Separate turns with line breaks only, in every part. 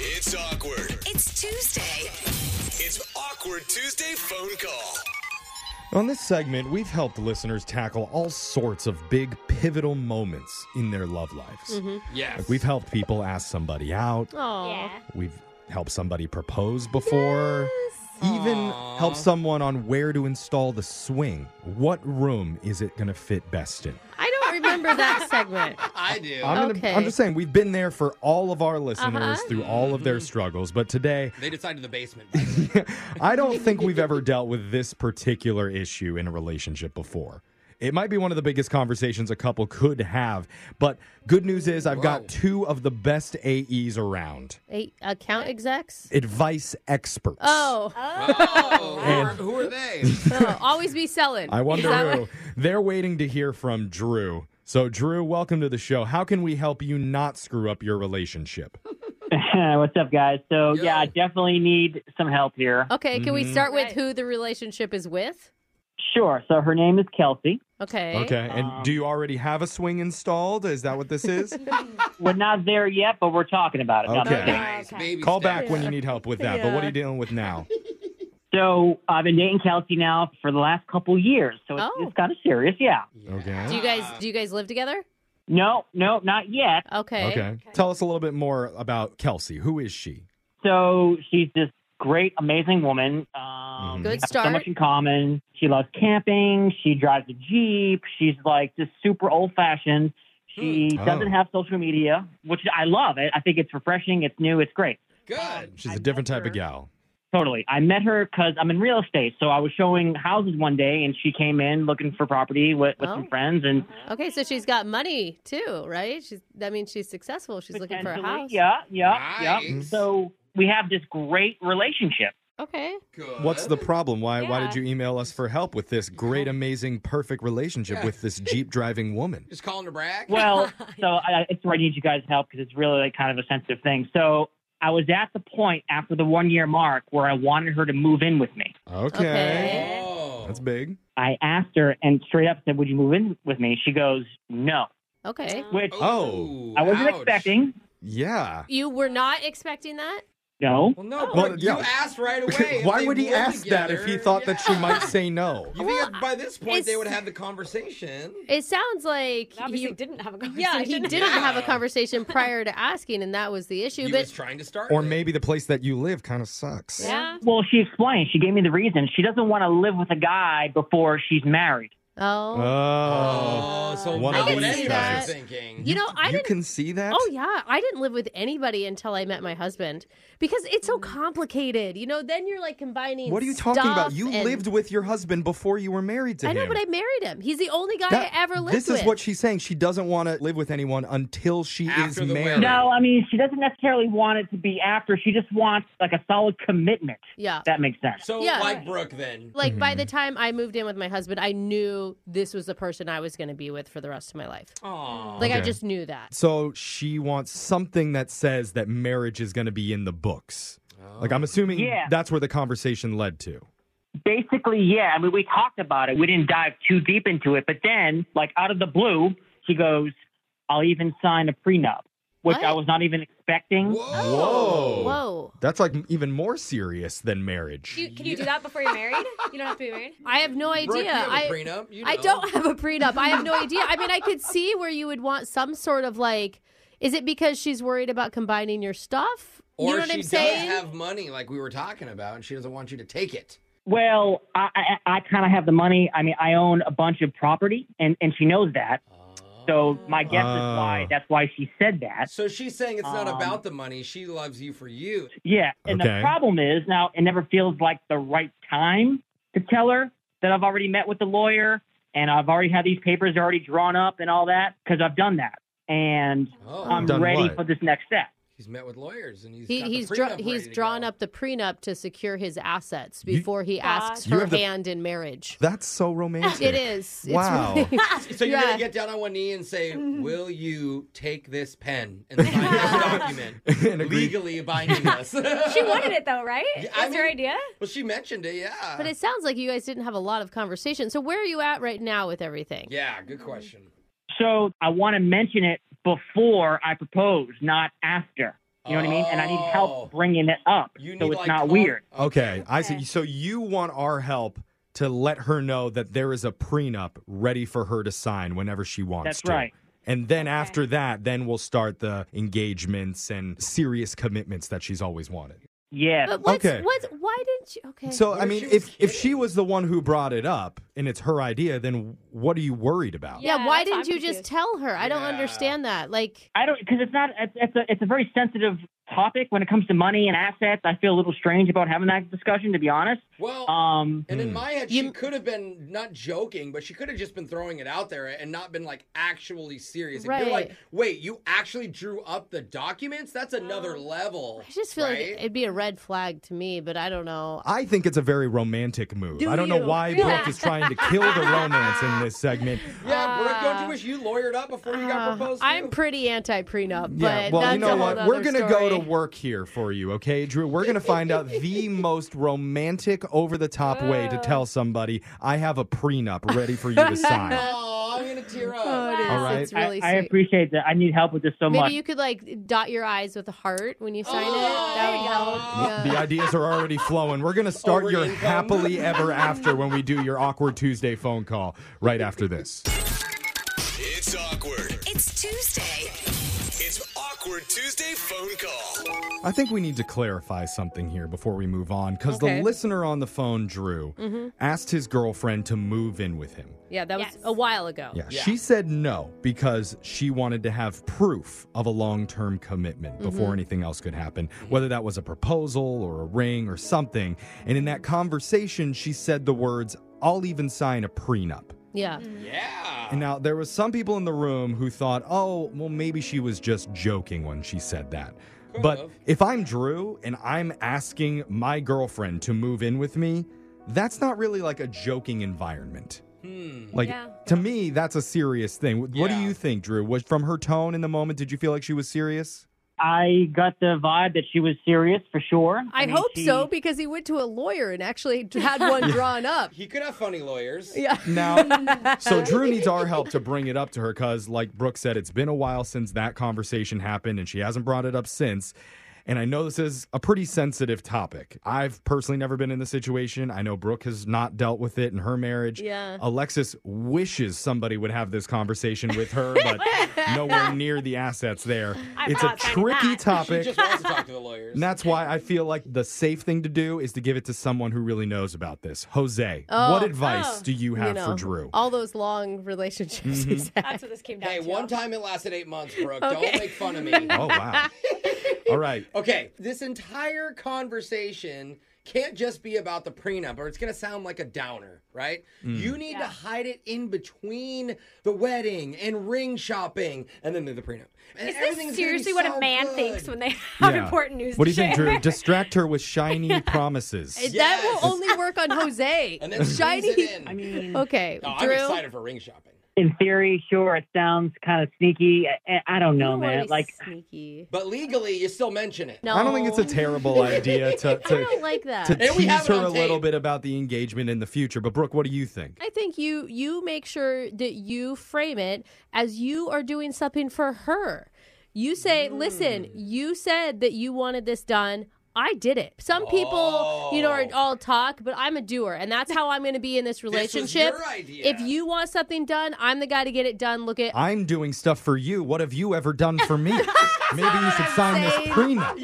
It's awkward.
It's Tuesday.
It's awkward Tuesday phone call.
On this segment, we've helped listeners tackle all sorts of big pivotal moments in their love lives.
Yes.
Like we've helped people ask somebody out.
Yeah.
We've helped somebody propose before. Even helped someone on where to install the swing. What room is it going to fit best in?
I don't remember that segment.
I do.
I'm, gonna,
Okay.
I'm just saying, we've been there for all of our listeners
Uh-huh.
through all of their struggles. But today,
they decided the basement.
I don't think we've ever dealt with this particular issue in a relationship before. It might be one of the biggest conversations a couple could have, but good news is I've
Whoa.
got two of the best AEs around
Eight account execs?
advice experts.
Oh,
oh, who are, who are they?
oh, always be selling.
I wonder
Is that
who. They're waiting to hear from Drew. So, Drew, welcome to the show. How can we help you not screw up your relationship?
What's up, guys? So,
Yo.
yeah, I definitely need some help here.
what- Okay, can we
Mhm.
start with
Right.
who the relationship is with?
Sure. So, her name is Kelsey.
Okay.
Okay. And do you already have a swing installed? Is that what this is?
We're not there yet, but we're talking about it. No, I'm
Okay.
kidding.
Nice. Baby
Call
steps.
back when you need help with that. But what are you dealing with now?
So, I've been dating Kelsey now for the last couple years. So, it's,
Oh.
it's kind of serious. Yeah.
Yeah.
Okay.
Do you guys do you guys live together?
No, no, not yet.
Okay.
Okay. Tell us a little bit more about Kelsey. Who is she?
So, she's this great, amazing woman. Um, we
Good
have So
start.
much in common. She loves camping. She drives a Jeep. She's like just super old fashioned. She
Hmm.
doesn't
Oh.
have social media, which I love. I, I think it's refreshing. It's new. It's great.
Good.
She's
I
a different
met
type of
her.
gal.
Totally. I met her because I'm in real estate. So I was showing houses one day, and she came in looking for property with, with
Oh.
some friends. And
Okay, so she's got money too, right? She's that means she's successful. She's looking for a
potentially-
house.
Yeah, yeah, yeah.
Nice.
So we have this great relationship.
Okay.
Good.
What's the problem? Why why did
Yeah.
you email us for help with this great, amazing, perfect relationship
Yeah.
with this Jeep driving woman?
Just calling to brag.
Well, so I, it's where I need you guys' help because it's really like kind of a sensitive thing. So I was at the point after the one year mark where I wanted her to move in with me.
Okay.
Okay.
oh.
That's big.
I asked her and straight up said, "Would you move in with me?" She goes, "No,"
Okay.
which
Oh.
I wasn't
ouch.
expecting.
Yeah.
You were not expecting that?
No,
Well, no,
Well,
but
yeah.
you asked right away. if
Why
they
would he
were
ask that if he
together.
thought that she
Yeah.
might say no?
You think by this point they
it's-
would have the conversation?
It sounds like
Obviously,
you-
didn't have a conversation.
yeah, he didn't
Yeah.
have a conversation prior to asking, and that was the issue.
He
but
was trying to start.
Or
it.
maybe the place that you live kind of sucks.
Yeah.
Well, she explained. She gave me the reason. She doesn't want to live with a guy before she's married.
oh,
Oh.
Oh, so
One
not
of
what
these
anybody's
guys.
thinking.
you know, I
you
didn't.
can see that?
Oh yeah, I didn't live with anybody until I met my husband because it's so complicated. You know, then you're like combining.
What are you talking about?
stuff
You
and-
lived with your husband before you were married to
I
him.
know, but I married him. He's the only guy
That-
I ever lived with.
This is what she's saying. She doesn't want to live with anyone until she
After
is
the
married.
wedding.
No, I mean, she doesn't necessarily want it to be after. She just wants like a solid commitment.
yeah.
If that makes sense.
So
Yeah.
like Brooke then.
like by
Mm-hmm.
the time I moved in with my husband, I knew this was the person I was going to be with for the rest of my life.
Aw.
Like I
Okay.
just knew that.
So she wants something that says that marriage is going to be in the books. Like I'm assuming
Yeah.
that's where the conversation led to.
Basically, yeah. I mean, we talked about it. We didn't dive too deep into it, but then, like out of the blue, she goes, "I'll even sign a prenup," which
What?
I was not even expecting.
Whoa.
Oh, Whoa.
That's like even more serious than marriage.
Do you, can you do that before you're married? You don't have to be married.
I have no idea.
Brooke, you have a
I
prenup, you
I
know.
don't have a prenup. I have no idea. I mean, I could see where you would want some sort of like. Is it because she's worried about combining your stuff?
Or
you know
she
what I'm
does
saying?
have money, like we were talking about, and she doesn't want you to take it.
Well, I, I, I kind of have the money. I mean, I own a bunch of property, and, and she knows that. So my guess
Oh.
is why that's why she said that.
So she's saying Ah. it's not
Um,
about the money. She loves you for you.
Yeah. And
Okay.
the problem is now it never feels like the right time to tell her that I've already met with the lawyer and I've already had these papers already drawn up and all that because I've done that. And
Oh,
I'm
Done
ready
what?
for this next step.
he's met with lawyers, and he's
He,
got the
he's
prenup
dra-
ready
he's
to
drawn
go.
up the prenup to secure his assets
You-
before he asks
You
her
have the-
hand in marriage.
That's so romantic.
It is. It's
Wow.
really-
So you're
yeah.
gonna get down on one knee and say, "Will you take this pen and sign this document
And agree.
legally binding us?"
She wanted it though, right?
Yeah,
That's
I
her
mean-
idea.
Well, she mentioned it. Yeah.
but it sounds like you guys didn't have a lot of conversation. So where are you at right now with everything?
yeah. Good question.
So I want to mention it before I propose, not after. You know what I mean? And I need
Oh.
help bringing it up
You need
so it's
like
not
con-
weird.
Okay, I see. So you want our help to let her know that there is a prenup ready for her to sign whenever she wants
That's
to.
right.
And then after that, then we'll start the engagements and serious commitments that she's always wanted.
Yeah.
But what's
Okay.
what's why didn't you? Okay.
So
What
I
if
mean,
she was
if if she
kidding?
was the one who brought it up and it's her idea, then what are you worried about?
yeah,
Yeah,
why
that's how
didn't you
I'm
just
confused.
tell her? I don't
Yeah.
understand that. Like,
I don't because it's not it's, it's a it's a very sensitive topic when it comes to money and assets. I feel a little strange about having that discussion to be honest.
Well,
Um,
and
hmm.
in my head, she
You-
could have been not joking, but she could have just been throwing it out there and not been like actually serious. If you're like,
Right.
wait, you actually drew up the documents? That's another level.
Um, I just feel
right?
like it'd be a red flag to me, but I don't know.
I think it's a very romantic move. I don't know
you?
why Brooke is trying to kill the romance in this segment.
Yeah, Brooke, don't you wish you lawyered up before you got proposed to?
I'm pretty anti prenup,
Yeah,
but
well,
that's
you know
a whole
what? We're
other
gonna go
story.
to work here for you, okay, Drew? We're going to find out the most romantic, over the top way to
Uh.
tell somebody, I have a prenup ready for you to sign.
Oh, I'm gonna tear up.
Oh, it is.
All right.
It's really
I, I
sweet.
appreciate that. I need help with this so
Maybe
much.
you could like dot your eyes with a heart when you sign
Oh,
it. That would
yeah.
help. Yeah.
The ideas are already flowing. We're going to start
Already
your
income.
happily ever after when we do your awkward Tuesday phone call right after this.
It's awkward.
It's Tuesday.
It's awkward Tuesday phone call.
I think we need to clarify something here before we move on because
Okay. Mm-hmm.
the listener on the phone, Drew, asked his girlfriend to move in with him.
Yeah, that was
Yes.
a while ago.
Yeah,
Yeah.
she said no because she wanted to have proof of a long term commitment before anything else could happen, whether that was a proposal or a ring or something. And in that conversation, she said the words, I'll even sign a prenup.
Yeah.
Mm-hmm.
Yeah.
And now there was some people in the room who thought, oh, well, maybe she was just joking when she said that.
Could
but
have.
if I'm Drew and I'm asking my girlfriend to move in with me, that's not really like a joking environment.
Hmm.
Like
Yeah.
to me, that's a serious thing. What do
Yeah.
you think, Drew? Was from her tone in the moment, did you feel like she was serious?
I got the vibe that she was serious for sure.
I,
mean,
hope
she-
so because he went to a lawyer and actually had one drawn up.
He could have funny lawyers.
Yeah.
Now, so Drew needs our help to bring it up to her because, like Brooke said, it's been a while since that conversation happened and she hasn't brought it up since. And I know this is a pretty sensitive topic. I've personally never been in the situation. I know Brooke has not dealt with it in her marriage.
Yeah.
Alexis wishes somebody would have this conversation with her, but nowhere near the assets there.
I'm
it's a
not signing
tricky
that.
She
topic.
just wants to talk to the lawyers.
And that's why I feel like the safe thing to do is to give it to someone who really knows about this. Jose, what
Oh,
oh.
advice do you
You
have
know,
for Drew? Mm-hmm.
All those long relationships he's had.
That's what this came down
Hey,
to.
one time it lasted eight months, Brooke. Don't
Okay.
make fun of me.
Oh wow. All right.
Okay, this entire conversation can't just be about the prenup, or it's going to sound like a downer, right?
Hmm.
You need to
Yeah.
hide it in between the wedding and ring shopping, and then the the prenup. And
Is
everything's
this
gonna be
seriously what
so
a man
good.
thinks when they have
Yeah.
important news
What do
to
you think,
share?
Drew? Distract her with shiny promises.
That
Yes.
will only work on Jose.
And then shiny.
Shiny.
It in.
I mean,
Okay,
Oh, I'm
Drew.
excited for ring shopping.
in theory, sure, it sounds kind of sneaky. I, I don't know,
Don't wanna
man.
be
Like,
sneaky.
But legally, you still mention it.
No,
I don't think it's a terrible idea to
I don't
to,
like that.
to
And we have
tease
it
her
on
a little
tape.
bit about the engagement in the future. But Brooke, what do you think?
I think you you make sure that you frame it as you are doing something for her. You say, "Listen, you said that you wanted this done. I did it." Some people, you know, are
Oh.
all talk, but I'm a doer, and that's how I'm going to be in this
was your
relationship.
idea.
If you want something done, I'm the guy to get it done. Look at
I'm doing stuff for you. What have you ever done for me? Maybe you should sign this
saying.
prenup.
That's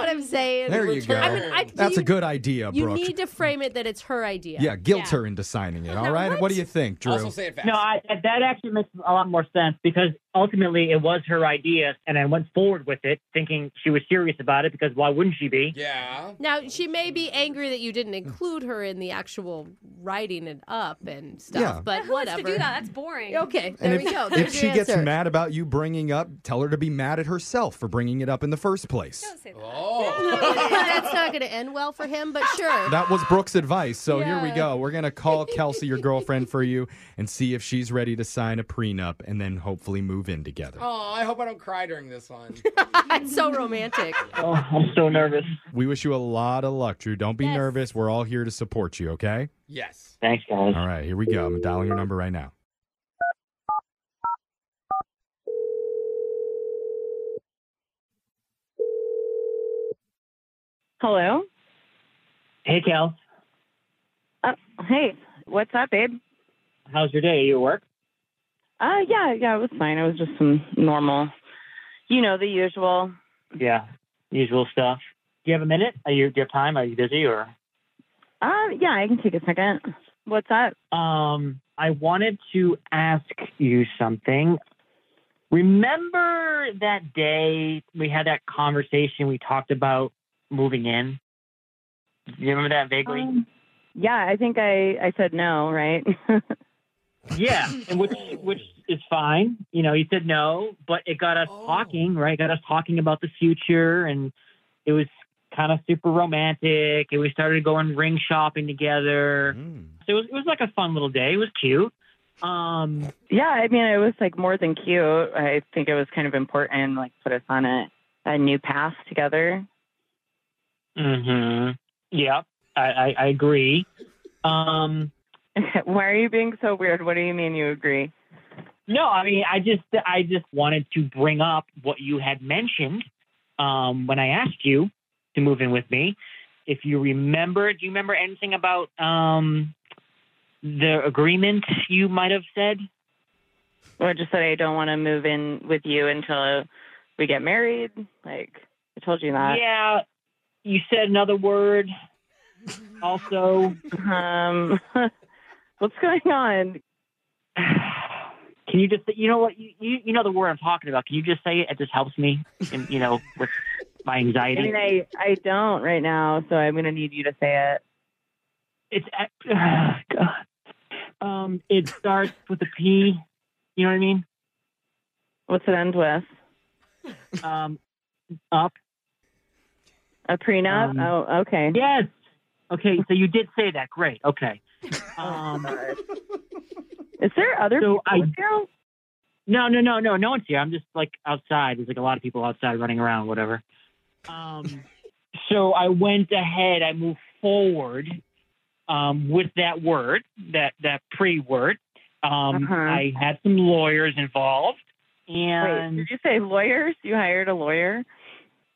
what
Yeah.
I'm saying.
There you go.
I mean, I,
That's
you,
a good idea,
You
Brooke.
need to frame it that it's her idea.
Yeah, guilt
Yeah.
her into signing it. All
now
right. What?
what?
do you think, Drew?
Also say it fast.
no, I, that actually makes a lot more sense because ultimately it was her idea, and I went forward with it thinking she was serious about it because why wouldn't she be?
yeah.
Now she may be angry that you didn't include her in the actual writing it up and stuff,
Yeah.
but
Who wants
whatever.
to do that? That's boring.
Okay,
and
there
if,
we go.
if
There's
she
your
gets
answer.
mad about you bringing up, tell her to be mad at herself for bringing it up in the first place.
Don't say that.
Oh.
that's not going to end well for him. But sure,
That was Brooke's advice. So here we
Yeah.
go. We're going to call Kelsey, your girlfriend, for you and see if she's ready to sign a prenup and then hopefully move in together.
oh, I hope I don't cry during this one.
it's so romantic.
Oh, I'm so nervous.
We wish you a lot of luck, Drew. Don't be nervous. We're all here to support you, okay?
yes.
Thanks, guys.
All right, here we go. I'm dialing your number right now.
Hello.
Hey, Cal.
Uh, hey, what's up, babe?
How's your day? You at work?
Uh, yeah, yeah, it was fine. It was just some normal, you know, the usual.
Yeah. Usual stuff. Do you have a minute? Are you, do you have time? Are you busy or?
Uh, yeah, I can take a second. What's up?
Um, I wanted to ask you something. Remember that day we had that conversation? We talked about moving in. Do you remember that vaguely?
Um, yeah, I think I I said no, right?
Yeah, and which which is fine. You know, he said no, but it got us
Oh.
talking, right? Got us talking about the future, and it was kind of super romantic. And we started going ring shopping together.
Mm-hmm.
So it was, it was like a fun little day. It was cute. Um,
yeah, I mean, it was like more than cute. I think it was kind of important, like put us on a a new path together.
hmm Yeah, I, I, I agree. Um,
Why are you being so weird? What do you mean you agree?
no, I mean, I just, I just wanted to bring up what you had mentioned um, when I asked you to move in with me. If you remember, do you remember anything about um, the agreement you might have said?
Or just that I don't want to move in with you until we get married? Like I told you that.
yeah, you said another word. Also,
Um, what's going on?
Can you just, you know what, you, you, you know the word I'm talking about. Can you just say it? It just helps me, and, you know, with my
I
anxiety.
mean, I, I don't right now, so I'm going to need you to say it.
It's, God. Um, it starts with a P. You know what I mean?
What's it end with?
Um, up.
A prenup?
Um,
oh, okay.
Yes. Okay, so you did say that. Great. Okay. Um,
Is there other
So
people
I-
with you?
no, no, no, no. No one's here. I'm just like outside. There's like a lot of people outside running around, whatever. Um, so I went ahead. I moved forward um, with that word, that that pre word. Um,
Uh-huh.
I had some lawyers involved,
Wait,
and
did you say lawyers? You hired a lawyer?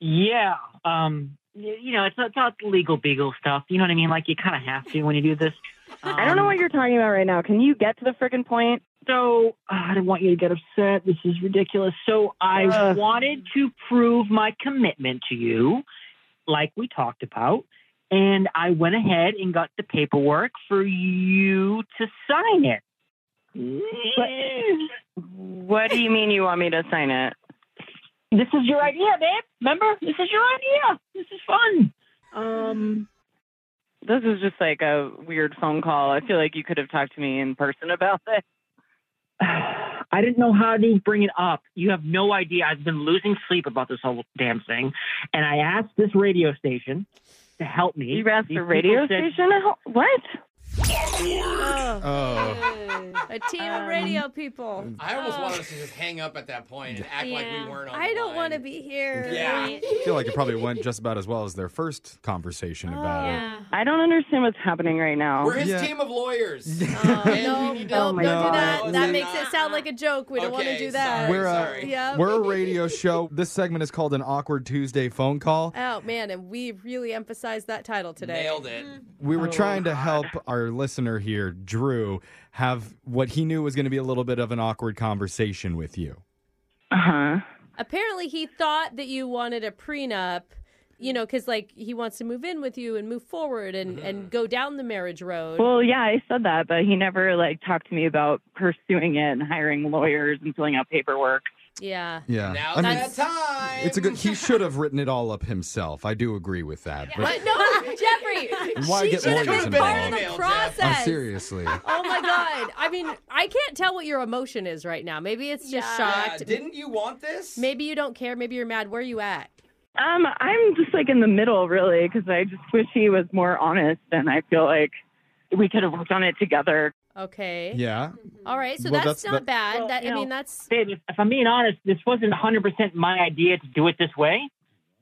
yeah, um, y- you know, it's not, it's not legal beagle stuff. You know what I mean? Like you kind of have to when you do this.
I don't know
Um,
what you're talking about right now. Can you get to the freaking point?
So ah, I don't want you to get upset. This is ridiculous. So I
Ugh.
wanted to prove my commitment to you, like we talked about, and I went ahead and got the paperwork for you to sign it.
What do you mean you want me to sign it?
This is your idea, babe. Remember, this is your idea. This is fun. Um,
This is just like a weird phone call. I feel like you could have talked to me in person about this.
I didn't know how to bring it up. You have no idea. I've been losing sleep about this whole damn thing. And I asked this radio station to help me.
You asked
These
the
people
radio
said-
station? How- What?
Oh,
Oh,
a team
Um,
of radio people.
I almost
Oh.
wanted us to just hang up at that point and act like we weren't on
I
the
don't
line.
want to be here.
Yeah.
Right?
I feel like it probably went just about as well as their first conversation about it.
Yeah.
I don't understand what's happening right now.
We're his
Oh, Yeah.
team of lawyers.
Oh,
And we
no,
need to-
no,
Oh
don't
my
do
God.
that. That
No,
makes it sound like a joke. We don't want to
Okay,
do that.
sorry,
We're, uh,
sorry.
Yeah.
We're a radio show. This segment is called an awkward Tuesday phone call.
Oh man, and we really emphasized that title today.
Nailed it.
Mm.
We were trying to help our listener here, Drew, have what he knew was going to be a little bit of an awkward conversation with you.
Uh huh.
Apparently, he thought that you wanted a prenup, you know, because like he wants to move in with you and move forward and
Mm-hmm.
and go down the marriage road.
Well, yeah, I said that, but he never like talked to me about pursuing it and hiring lawyers and filling out paperwork.
yeah.
Yeah.
Now's
I mean,
that time.
it's a good, he should have written it all up himself. I do agree with that. But
But Uh, no, Jeffrey,
Why
she
get
should have
lawyers
been part of
involved?
the
Email, Jeff.
process.
I'm seriously.
Oh my god! I mean, I can't tell what your emotion is right now. Maybe it's just
Yeah,
shocked.
Uh, didn't you want this?
Maybe you don't care. Maybe you're mad. Where are you at?
Um, I'm just like in the middle, really, because I just wish he was more honest, and I feel like we could have worked on it together.
Okay.
Yeah.
All right. So
Well,
that's,
that's-
not
that-
bad.
Well,
that I
you know-
mean, that's
Babe, if, if I'm being honest, this wasn't 100% my idea to do it this way.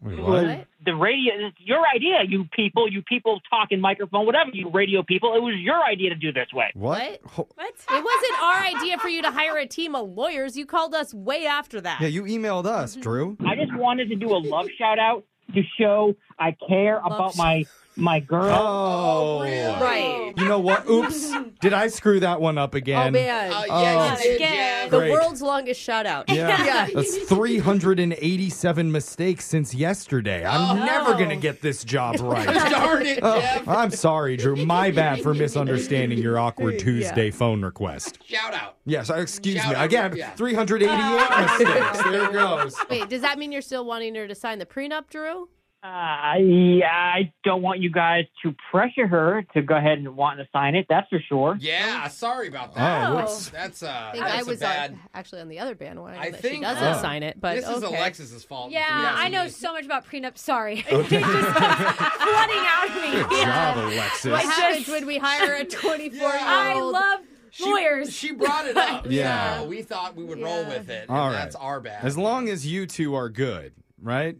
Wait,
Mm-hmm. what?
what?
The radio, it's your idea, you people, you people talking microphone, whatever, you radio people. It was your idea to do this way.
What? Ho-
What? It wasn't our idea for you to hire a team of lawyers. You called us way after that. Mm-hmm.
Yeah, you emailed us, Drew.
I just wanted to do a love shout out to show I care about my my girl.
Oh,
Right.
You know what? Oops. Did I screw that one up again?
Oh man.
Oh,
Oh,
yeah, you did,
again.
Jen.
the
great.
world's longest shout out.
Yeah.
Yeah.
That's 387 mistakes since yesterday. I'm
Oh.
never going to get this job right.
Darn it,
Oh.
Jeff.
I'm sorry, Drew. My bad for misunderstanding your awkward Tuesday phone request.
Shout out.
Yes, I- excuse
Shout
me.
out,
Again,
yeah.
388 mistakes. There goes.
Wait, does that mean you're still wanting her to sign the prenup, Drew?
Uh, yeah, I don't want you guys to pressure her to go ahead and want to sign it. That's for sure.
Yeah, sorry about that.
Oh,
Oh.
whoops.
That's uh,
I think I
that's a
was
bad.
on, actually on the other bandwagon.
I
that she
think,
doesn't
uh,
sign it, but
this is
okay.
Alexis's fault.
Yeah,
Yes,
I know
it is.
so much about prenup. Sorry. it just comes flooding out of me.
Good
Yeah.
job, Alexis.
What happens
just-
when we hire a 24 year old?
I love
She-
lawyers.
She brought it up.
Yeah.
so we thought we would roll with it. and
All right.
That's our bad.
As long as you two are good, right?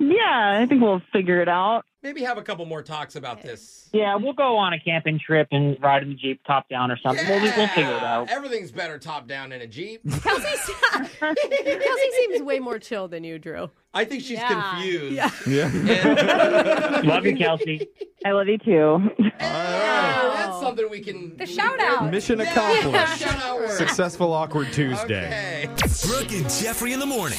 Yeah, I think we'll figure it out.
Maybe have a couple more talks about this.
Yeah, we'll go on a camping trip and ride in the jeep top down or something. We'll, we'll figure it out.
Ah, Everything's better top down in a Jeep.
Kelsey, Kelsey seems way more chill than you, Drew.
I think she's
Yeah.
confused.
Yeah.
Love you, Kelsey.
I love you too.
Yeah, that's something we can.
The shout out.
Mission
Yeah,
accomplished.
shout out. work.
Successful Awkward Tuesday.
Okay.
Brooke and Jeffrey in the morning.